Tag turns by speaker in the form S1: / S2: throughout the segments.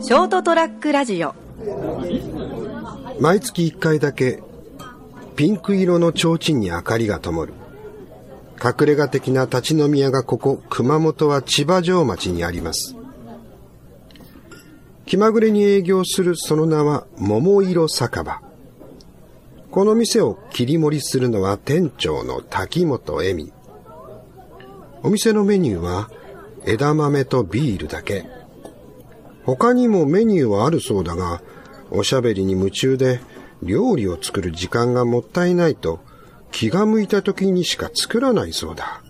S1: ショートトラックラジオ
S2: 毎月1回だけピンク色の提灯に明かりが灯る隠れ家的な立ち飲み屋がここ熊本は千葉城町にあります気まぐれに営業するその名は桃色酒場この店を切り盛りするのは店長の滝本恵美お店のメニューは枝豆とビールだけ他にもメニューはあるそうだが、おしゃべりに夢中で料理を作る時間がもったいないと気が向いた時にしか作らないそうだ。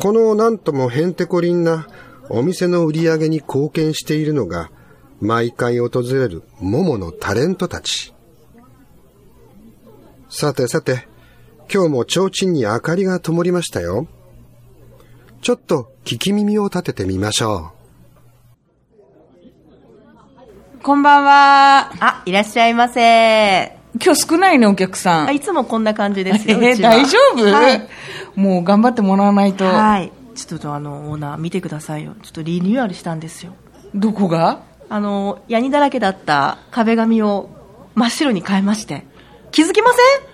S2: このなんともへんてこりんなお店の売り上げに貢献しているのが、毎回訪れる桃のタレントたち。さてさて、今日も提灯に明かりが灯りましたよ。ちょっと聞き耳を立ててみましょう。
S3: こんばんは。
S1: あいらっしゃいませ
S3: 今日少ないね、お客さん。
S1: あいつもこんな感じですよ、
S3: え
S1: うちは
S3: 大丈夫、
S1: はい、
S3: もう頑張ってもらわないと。
S1: はいちょっとあのオーナー見てくださいよちょっとリニューアルしたんですよ
S3: どこが
S1: あのヤニだらけだった壁紙を真っ白に変えまして気づきません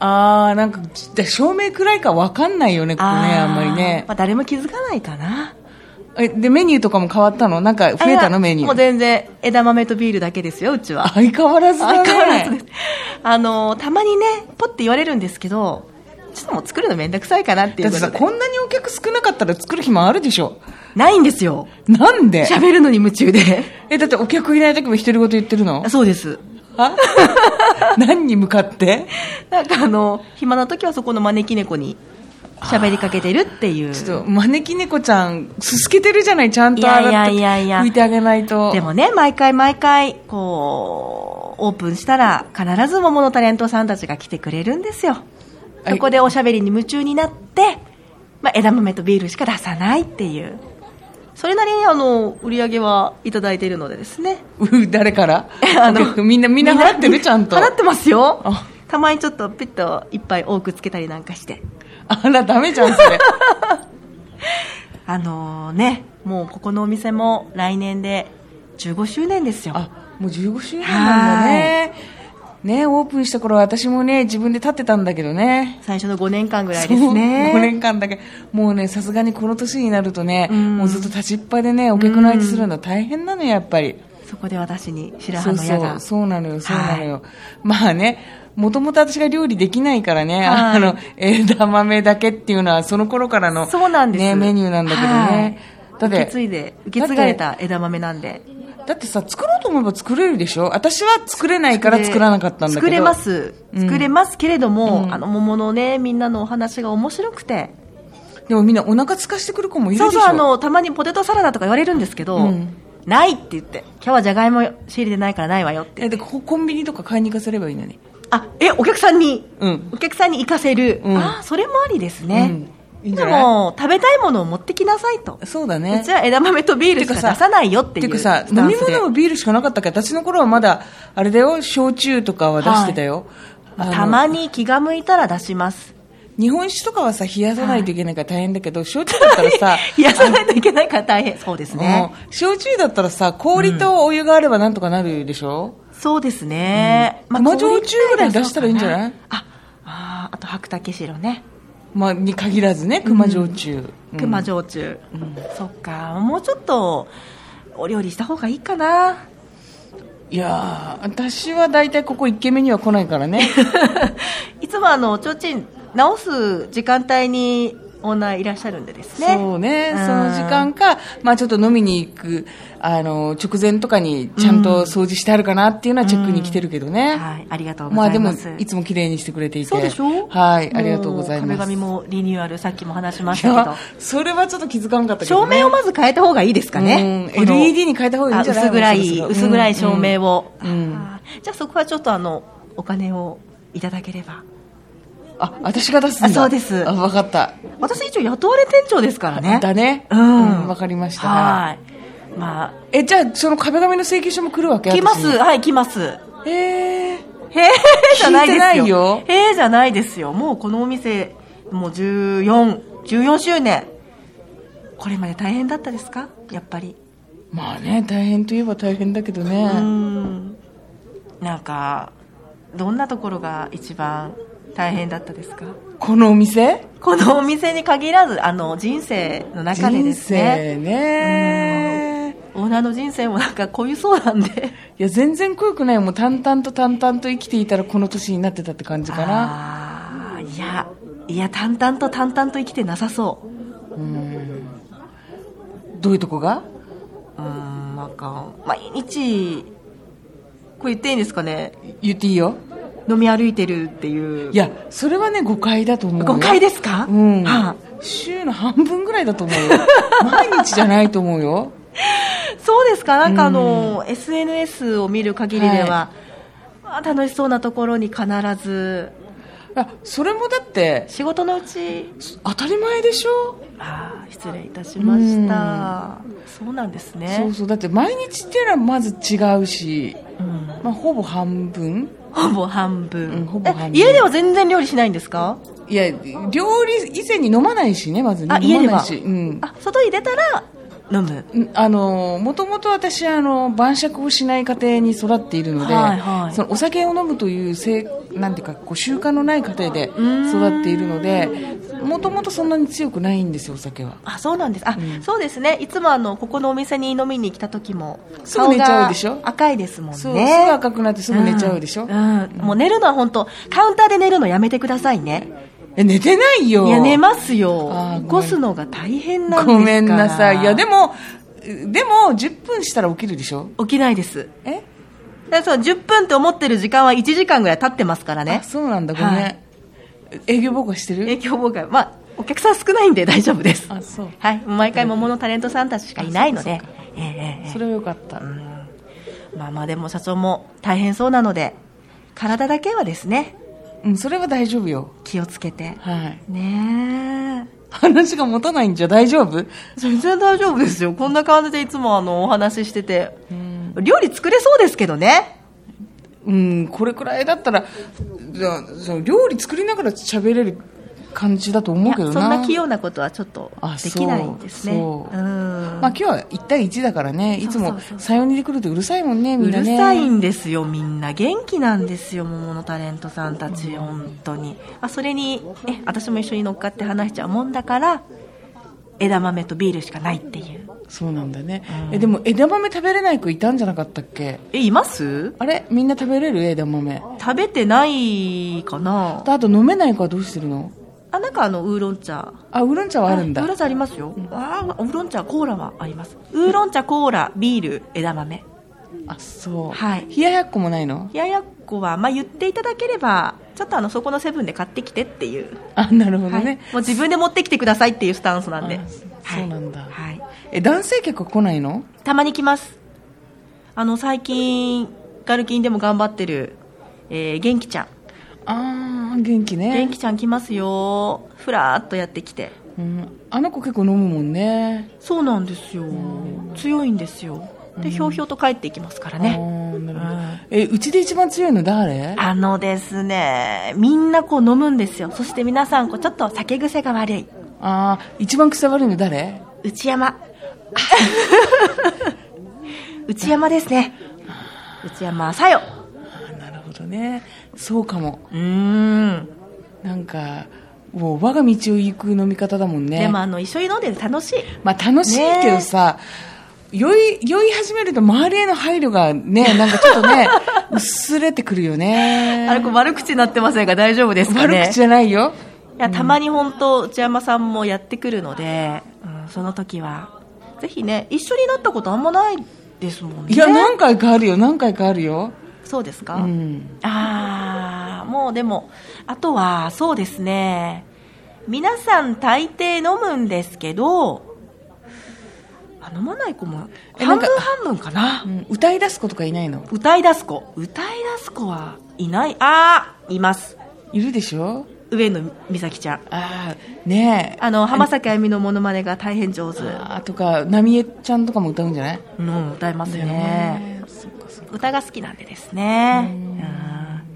S3: あー、なんか、じ照明くらいかわかんないよね、ここね、あんまりね
S1: ま。あ、誰も気づかないかな
S3: え、で、メニューとかも変わったのなんか増えたのメニュ
S1: もう
S3: ー。
S1: 全然枝豆とビールだけですようちは
S3: 相変わらずだね。
S1: 相変わらずですあのたまにねポッて言われるんですけどちょっともう作るのめんどくさいかなってい
S3: だ
S1: う
S3: って
S1: こ
S3: さ、
S1: とで
S3: こんなにお客少なかったら作る暇あるでしょ。
S1: ないんですよ
S3: なんで
S1: 喋るのに夢中で
S3: え、だってお客いない時も独り言言ってるの
S1: あそうです
S3: は 何に向かって
S1: なんかあの暇な時はそこの招き猫に喋りかけてるっていう
S3: ちょっと招き猫ちゃんすすけてるじゃないちゃんと洗って
S1: いやいやいやいや
S3: 拭いてあげないと
S1: でもね毎回毎回こうオープンしたら必ず桃のタレントさんたちが来てくれるんですよ
S3: はい
S1: そこでおしゃべりに夢中になって、まあ、枝豆とビールしか出さないっていうそれなりにあの売り上げはいただいているのでですね
S3: う誰から
S1: あ の
S3: みんなみんな払ってるちゃんと
S1: 払ってますよ
S3: あ
S1: たまにちょっとピッといっぱい多くつけたりなんかして
S3: あらダメじゃんそ れ
S1: あのねもうここのお店も来年で15周年ですよ
S3: あもう15周年なんだねねオープンした頃は私もね自分で立ってたんだけどね
S1: 最初の5年間ぐらいですね
S3: 5年間だけもうねさすがにこの年になるとね、
S1: うん
S3: もうずっと立ちっぱでねお客の相手するの大変なのよやっぱり、
S1: そこで私に白
S3: そ
S1: 羽
S3: う
S1: の矢
S3: そ
S1: が
S3: うそうなのよ、そうなのよ、まあね、もともと私が料理できないからね、
S1: はい
S3: あの枝豆だけっていうのは、その頃からの
S1: そうなんです
S3: ね、メニューなんだけどね、だ
S1: は
S3: っ
S1: い受け継
S3: て
S1: いで受け継がれた枝豆なんで
S3: だってさ、作ろうと思えば作れるでしょ、私は作れないから作らなかったんだけど、
S1: 作れます
S3: うん
S1: 作れますけれども、
S3: うん
S1: あの桃のねみんなのお話が面白くて
S3: でもみんなお腹空かしてくる子もいる
S1: そ
S3: で
S1: うそ
S3: しょ、
S1: うあのたまにポテトサラダとか言われるんですけど、
S3: うん
S1: ないって言って今日はじゃがいも仕入れてないからないわよって
S3: えでこコンビニとか買いに行かせればいいのに、
S1: あえお客さんに、
S3: うん
S1: お客さんに行かせる、
S3: うん
S1: あそれもありですね、
S3: うんいいんじ
S1: で
S3: ゃない
S1: も食べたいものを持ってきなさいと、
S3: そうだ
S1: う
S3: ね
S1: ち。は枝豆とビールしか
S3: てかさ
S1: 出さないよっていう
S3: てかさ
S1: スタ
S3: 飲
S1: ン
S3: み
S1: スで
S3: 物もビールしかなかったから私の頃はまだあれだよ焼酎とかは出してたよ、あの
S1: たまに気が向いたら出します
S3: 日本酒とかはさ冷やさないといけないから大変だけど、焼酎だったら さ
S1: 冷やさないといけないから大変そうですね
S3: うん焼酎だったらさ氷とお湯があればなんとかなるでしょ、
S1: そうですね、
S3: うん生焼酎ぐらい出したらいいんじゃない
S1: ああーあと白竹白ね
S3: まあ、に限らずね熊焼酎、うん
S1: 熊焼酎、そっかもうちょっとお料理した方がいいかない
S3: やー私は大体ここ1軒目には来ないか らね
S1: いつもあの提灯直す時間帯にオーナーいらっしゃるんでですね
S3: そうね、
S1: うん
S3: その時間か、まあ、ちょっと飲みに行くあの直前とかにちゃんと掃除してあるかなっていうのはチェックに来てるけどね、
S1: はいありがとうご
S3: ま
S1: ざ
S3: あで
S1: い
S3: も
S1: ます、
S3: いつも綺麗にしてくれていて
S1: そうでしょ
S3: はいありがとうございます
S1: も壁紙もリニューアルさっきも話しまし
S3: い
S1: たけ
S3: や
S1: ど
S3: それはちょっと気づかなかっ たけど、
S1: 照
S3: ね、
S1: 明をまず変えた方がいいですかね。
S3: うん
S1: この
S3: LED に変えた方がいいんじゃない
S1: あ薄暗
S3: もうそ
S1: い、
S3: ろそろ
S1: 薄暗い照明を。
S3: うんうん
S1: あーじゃあそこはちょっとあの、お金をいただければ。
S3: あ私が出すんだ
S1: あそうです
S3: あ分かった、
S1: 私一応雇われ店長ですからね。
S3: だね
S1: うん。
S3: 分かりました
S1: はい。ま
S3: えじゃあその壁紙の請求書も来るわ
S1: あ、
S3: け
S1: 来ます。
S3: 私
S1: はい、来ます。
S3: にへえ
S1: へえじゃないですよ。
S3: 聞いてないよ
S1: へえじゃないですよ。もうこのお店、もう14、14周年。これまで大変だったですかやっぱり。
S3: まあね大変といえば大変だけどね、
S1: うんなんかどんなところが一番大変だったですか
S3: このお店
S1: このお店に限らずあの人生の中でで
S3: 人
S1: すね
S3: 生ね
S1: オーナーの人生もなんか濃ゆそうなんで
S3: いや全然濃くないもう淡々と淡々と生きていたらこの年になってたって感じかな
S1: あーいやいや淡々と淡々と生きてなさそう
S3: どういうとこが
S1: うーんなんか毎日これ言っていいんですかね
S3: 言っていいよ
S1: 飲み歩いてるっていう
S3: いやそれはね誤解だと思うよ
S1: 誤解ですか、
S3: うん、
S1: はあ
S3: 週の半分ぐらいだと思う よ毎日じゃないと思うよ
S1: そうですかなんかあの、SNS を見る限りでは、まあ楽しそうなところに必ず
S3: あそれもだって
S1: 仕事のうち
S3: 当たり前でしょ、
S1: あー失礼いたしました、そうなんですね
S3: そうそうだって毎日っていうのはまず違うし、
S1: うん
S3: まあ、ほぼ半分
S1: ほぼ半分,、
S3: うんほぼ半分
S1: え家では全然料理しないんですか
S3: いや料理以前に飲まないしねまずね
S1: あ家で
S3: 飲まな
S1: はい
S3: し、うん、
S1: あ外に出たら飲む
S3: うんあのもともと私あの晩酌をしない家庭に育っているので、
S1: はいはい
S3: そのお酒を飲むというせいなんていうかこう習慣のない家庭で育っているのでもともとそんなに強くないんですよお酒は
S1: あそうなんですあ、
S3: うん
S1: そうですねいつもあのここのお店に飲みに来た時も
S3: すぐ寝ちゃうでしょ
S1: 顔が赤いですもんね
S3: そう、すぐ赤くなってすぐ寝ちゃうでしょ、
S1: んうんもう寝るのは本当カウンターで寝るのやめてくださいね
S3: え寝てないよ
S1: いや寝ますよ
S3: あーごめん
S1: 起こすのが大変なんですから
S3: ごめんなさいいやでもでも10分したら起きるでしょ
S1: 起きないです
S3: え
S1: だからそう10分って思ってる時間は1時間ぐらい経ってますからね
S3: あそうなんだごめん、
S1: はい
S3: 営業妨害して
S1: 影
S3: る
S1: 響妨害まあお客さん少ないんで大丈夫です
S3: あそう
S1: はい毎回桃のタレントさんたちしかいないの
S3: あ
S1: で
S3: そうかそ
S1: ええええ
S3: それはよかった、
S1: まあまあでも社長も大変そうなので体だけはですね
S3: うん、それは大丈夫よ
S1: 気をつけて
S3: はい
S1: ねえ
S3: 話が持たないんじゃ大丈夫
S1: 全然大丈夫ですよこんな感じでいつもあのお話ししてて料理作れそうですけどね
S3: うんこれくらいだったらじゃあその料理作りながら喋れる感じだと思うけど
S1: いや
S3: な
S1: そんな器用なことはちょっと
S3: あそう
S1: できないんですね
S3: そう
S1: うん
S3: まあ今日は1対1だからねいつ
S1: そ
S3: も
S1: うそうそう
S3: 34人で来るとうるさいもんねみ
S1: うん
S3: な
S1: る
S3: ね
S1: さいんですよ、みんな元気なんですよ、桃のタレントさんたち、本当に、あそれに、ね、私も一緒に乗っかって話しちゃうもんだから、枝豆とビールしかないっていう、
S3: そうなんだね、えでも枝豆食べれない子いたんじゃなかったっけ
S1: えいます
S3: あれみんな食べれる枝豆
S1: 食べてないかな
S3: あと飲めない子はどうしてるの
S1: あなんかあのウーロン茶
S3: あウーロン茶はあるん
S1: ウ
S3: だ
S1: ーロン茶ありますよ、あーウーロン茶コーラはありますウーロン茶コーラビール枝豆
S3: あそう、
S1: はい
S3: 冷ややっこもないの
S1: 冷ややっこは、まあ、言っていただければちょっとあのそこのセブンで買ってきてっていう、
S3: あなるほど
S1: はい、
S3: ね、
S1: もう自分で持ってきてくださいっていうスタンスなんで
S3: あそそうなんだ
S1: はい、
S3: え男性客は来ないの
S1: たまに来ますあの最近ガルキンでも頑張ってる、えー元気ちゃん
S3: ああ元気ね
S1: 元気ちゃん来ますよふらーっとやってきて
S3: うん、あの子結構飲むもんね
S1: そうなんですよ強いんですよでひょうひょうと帰っていきますから
S3: あ
S1: ね
S3: ーなるほど
S1: うん
S3: えうちで一番強いの誰
S1: あのですねみんなこう飲むんですよそして皆さんこうちょっと酒癖が悪い
S3: あー一番癖悪いの誰
S1: 内 山内山ですね内山さよ
S3: あーなるほどねそうかも
S1: うーん
S3: なんかもう我が道を行く飲み方だもんね
S1: でもあの一緒に飲んでて楽しい
S3: まあ楽しいけどさ、酔い酔い始めると周りへの配慮が ねなんかちょっとね薄れてくるよね
S1: あれこれ悪口になってませんが大丈夫ですかね
S3: 悪口じゃないよ
S1: いやたまに本当内山さんもやってくるので、うん、その時はぜひね一緒になったことあんまないですもんね
S3: いや何回かあるよ何回かあるよ
S1: そうですか、
S3: うん
S1: ああもうでもあとはそうですね皆さん大抵飲むんですけどあ飲まない子も
S3: えな
S1: 半
S3: んか
S1: 分半分かな
S3: うん歌い出す子とかいないの
S1: 歌い出す子歌い出す子はいないああいます
S3: いるでしょ
S1: 上野美咲ちゃん
S3: ああねえ
S1: あの浜崎あゆみのモノマネが大変上手
S3: あとか浪江ちゃんとかも歌うんじゃない
S1: うん歌いますよね
S3: えそっかそっか
S1: 歌が好きなんでですねうん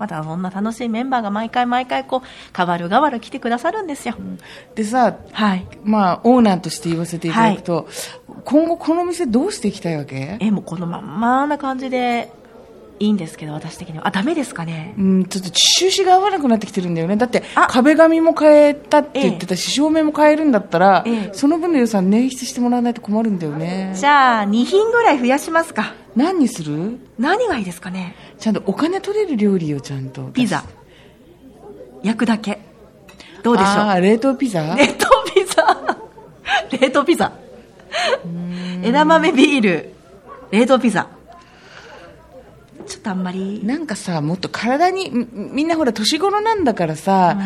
S1: まだそんな楽しいメンバーが毎回毎回こう変わる変わる来てくださるんですよ
S3: でさ
S1: はい
S3: まあオーナーとして言わせていただくと、今後この店どうしていきたいわけ
S1: えもうこのまんまな感じでいいんですけど私的にはあダメですかね
S3: うん、ちょっと収支が合わなくなってきてるんだよね。だって
S1: あ、
S3: 壁紙も変えたって言ってたし、照明も変えるんだったら、
S1: ええ
S3: その分の予算捻出してもらわないと困るんだよね。
S1: じゃあ2品ぐらい増やしますか
S3: 何にする
S1: 何がいいですかね
S3: ちゃんとお金取れる料理をちゃんと。
S1: ピザ焼くだけど
S3: ど
S1: うでしょ
S3: あ
S1: う
S3: ー冷凍ピザ
S1: 冷凍ピザ冷凍ピザ枝豆ビール冷凍ピザちょっとあんまり
S3: なんかさ、もっと体に、みみんなほら年頃なんだからさ、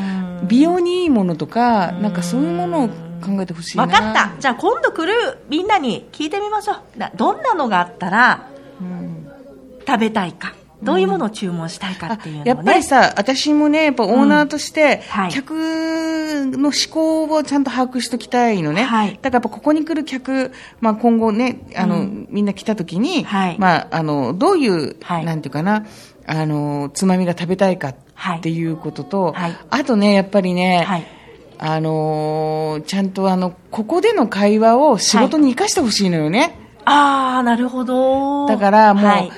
S3: 美容にいいものとか、なんかそういうものを考えてほしいな。
S1: 分かったじゃあ今度来るみんなに聞いてみましょうなどんなのがあったら食べたいかどういうものを注文したいかっていうのをね
S3: やっぱりさ、私もね、やっぱオーナーとして
S1: うんは、い
S3: 客の思考をちゃんと把握しときたいのね。
S1: はい
S3: だからやっぱここに来る客、まあ今後ね、あの、みんな来た時に、
S1: はい
S3: まああの、どういう、
S1: はい
S3: なんていうかな、あの、つまみが食べたいかっていうことと、
S1: はいはい
S3: あとね、やっぱりね、
S1: はい
S3: あのーちゃんとあの、ここでの会話を仕事に生かしてほしいのよね。
S1: ああなるほど
S3: だからもう、
S1: はい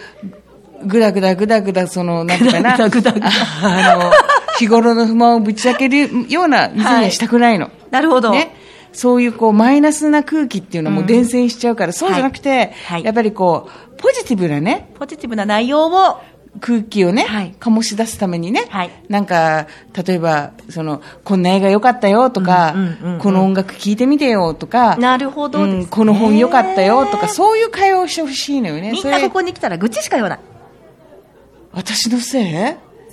S3: ぐだぐだぐだぐだ、その、なんていうかな。
S1: ぐだぐだぐだ
S3: あの、日頃の不満をぶち明けるような店にはしたくないの。
S1: なるほど、
S3: ね。そういうこう、マイナスな空気っていうのはもう伝染しちゃうから、そうじゃなくて、
S1: はい
S3: やっぱりこう、ポジティブなね、
S1: ポジティブな内容を
S3: 空気をね、
S1: はい
S3: 醸し出すためにね、
S1: はい
S3: なんか、例えば、その、こんな映画良かったよとか、
S1: うんうんうんうん
S3: この音楽聴いてみてよとか、
S1: なるほどですね
S3: うんこの本良かったよとか、そういう会話をしてほしいのよね。
S1: みん
S3: それ
S1: なここに来たら愚痴しか言わない
S3: 私のせいい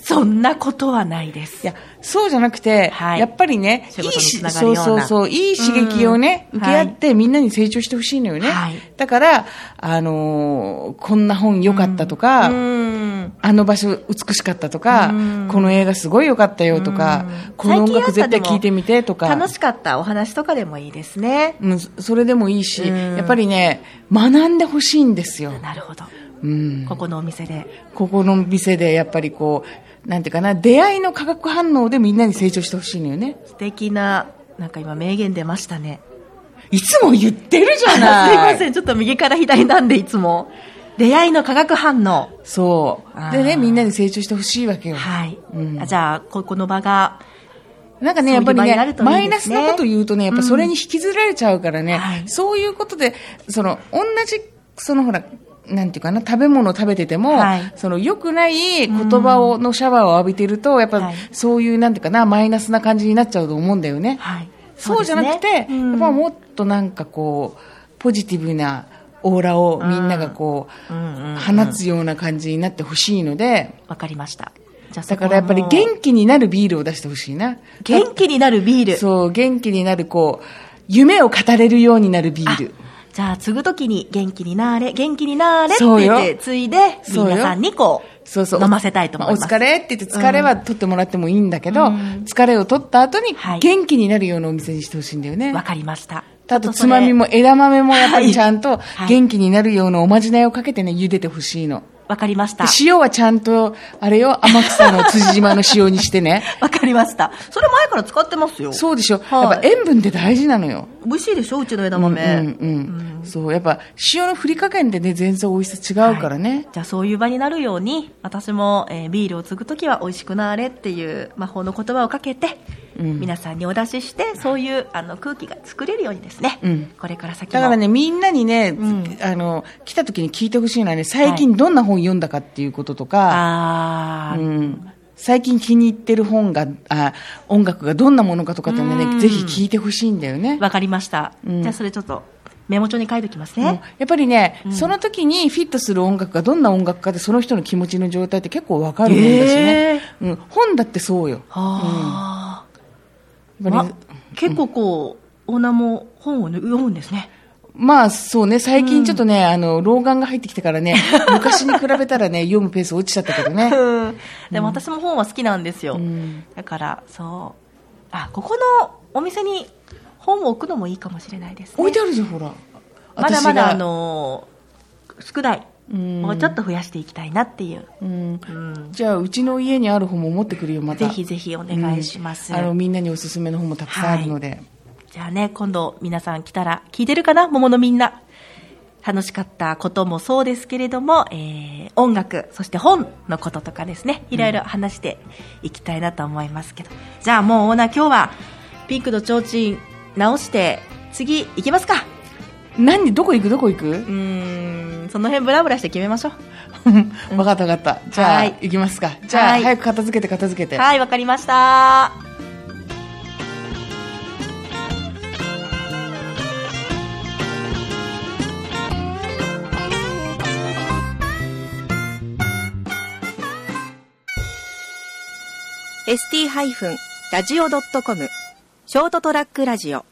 S1: そんなことはないです
S3: や、そうじゃなくて、
S1: はい
S3: やっぱりね、
S1: 仕
S3: いい
S1: 事に
S3: し
S1: つながる
S3: そ
S1: よ
S3: う
S1: うな
S3: そうそう、いい刺激をね、
S1: うん
S3: 受け合って、みんなに成長してほしいのよね。
S1: はい
S3: だから、あのーこんな本良かったとか、
S1: うん
S3: あの場所美しかったとか、
S1: うん
S3: この映画すごい良かったよとか、この音楽絶対聴いてみてとか。
S1: 楽しかったお話とかでもいいですね
S3: うん、それでもいいし、
S1: うん
S3: やっぱりね、学んでほしいんですよ。
S1: なるほど
S3: うん。
S1: ここのお店で
S3: ここの店でやっぱりこう、なんていうかな、出会いの化学反応でみんなに成長してほしいのよね。
S1: 素敵ななんか今名言出ましたね
S3: いつも言ってるじ
S1: あ
S3: ゃない。
S1: すいませんちょっと右から左なんでいつも出会いの化学反応
S3: そ
S1: あー
S3: う。でね、みんなに成長してほしいわけよ。
S1: はい、
S3: うん
S1: あじゃあここの場が
S3: なんか
S1: そ
S3: ね、や
S1: うい
S3: っ
S1: う
S3: ぱり
S1: 場に
S3: ね
S1: なるといいですね
S3: マイナスなこと言うとね、やっぱそれに引きずられちゃうからね、
S1: はい
S3: そういうことで、その、同じ、そのほら、なんていうかな、食べ物を食べてても、
S1: はい
S3: その、良くない言葉を、のシャワーを浴びてると、やっぱ、
S1: はい
S3: そういう、なんていうかな、マイナスな感じになっちゃうと思うんだよね。
S1: はい
S3: そうじゃなくて、
S1: そうですねうん
S3: やっぱもっとなんかこう、ポジティブなオーラをみんながこう、
S1: うんうんうん
S3: 放つような感じになってほしいので、
S1: わかりましたじゃあそ
S3: だ
S1: こは
S3: からやっぱり
S1: もう
S3: 元気になるビールを出してほしいな。
S1: 元気になるビール
S3: そう、元気になる、こう、夢を語れるようになるビール。
S1: じゃあ継ぐときに元気になれ元気になれって
S3: そうよ
S1: 言って継いで
S3: そうよ
S1: 皆さんにこう
S3: そうそう。
S1: 飲ませたいと思います、
S3: あお疲れって言って、疲れは取ってもらってもいいんだけど、
S1: うん
S3: 疲れを取った後に
S1: はい、
S3: 元気になるようなお店にしてほしいんだよね。
S1: わかりました
S3: あと、つまみも枝豆もやっぱりちゃんと
S1: はい、
S3: 元気になるようなおまじないをかけてね、茹でてほしいの。
S1: わかりまし
S3: で
S1: た
S3: 塩はちゃんと、あれよ、天草 の辻島の塩にしてね。
S1: わかりましたそれ前から使ってますよ
S3: そうでしょ。
S1: はい
S3: やっぱ塩分って大事なのよ。
S1: 美味しいでしょうちの枝豆、
S3: うんうん、うん、そう、やっぱ塩の振り加減でね、全然美味しさ違うからね。
S1: じゃあそういう場になるように私も、えービールを継ぐ時は美味しくなれっていう魔法の言葉をかけて、
S3: うん
S1: 皆さんにお出ししてそういうあの空気が作れるようにですね、
S3: うん
S1: これから先も
S3: だからね、みんなにね、
S1: ん
S3: あの、来た時に聞いてほしいのはね、最近どんな本読んだかっていうこととか、
S1: あー、
S3: うん、最近気に入ってる本が、あ音楽がどんなものかとかってね、
S1: うん
S3: ぜひ聞いてほしいんだよね。
S1: わかりました、
S3: うん
S1: じゃあそれちょっとメモ帳に書いておきます
S3: うんや
S1: ね、
S3: っぱりね、その時にフィットする音楽がどんな音楽かで、その人の気持ちの状態って結構わかるもんだしね、うん、本だってそうよ。
S1: はあ、
S3: やっぱりね
S1: ま結構こう、オーナーも本を読むんですね
S3: まあそうね、最近ちょっとね、あの、老眼が入ってきてか らね、昔に比べたらね、読むペース落ちちゃったけどね。
S1: でも私も本は好きなんですよ、
S3: うん
S1: だからそうあここのお店に本を置くのもいいかもしれないですね
S3: 置いてあるじゃん、ほら。
S1: まだまだあ
S3: 私が、
S1: のー少ない
S3: うん
S1: もうちょっと増やしていきたいなっていう、
S3: うん
S1: うん
S3: じゃあ、うちの家にある本も持ってくるよ、また。
S1: ぜひぜひお願いします、
S3: うんあの、みんなにおすすめの本もたくさんあるので。
S1: じゃあね、今度皆さん来たら聞いてるかな桃のみんな。楽しかったこともそうですけれども、えー音楽、そして本のこととかですね、いろいろ話していきたいなと思いますけど。じゃあもうオーナー今日はピンクの提灯直して、次行きますか。
S3: 何どこ行くどこ行
S1: う
S3: く
S1: ーん、その辺ブラブラして決めましょ
S3: わかったわかったじゃあ
S1: はい
S3: 行きますかじゃ
S1: は
S3: あ
S1: い
S3: 早く片付けて片付け
S1: う。
S3: て
S1: はい、わかりました。
S4: ST-radio.com ショートトラックラジオ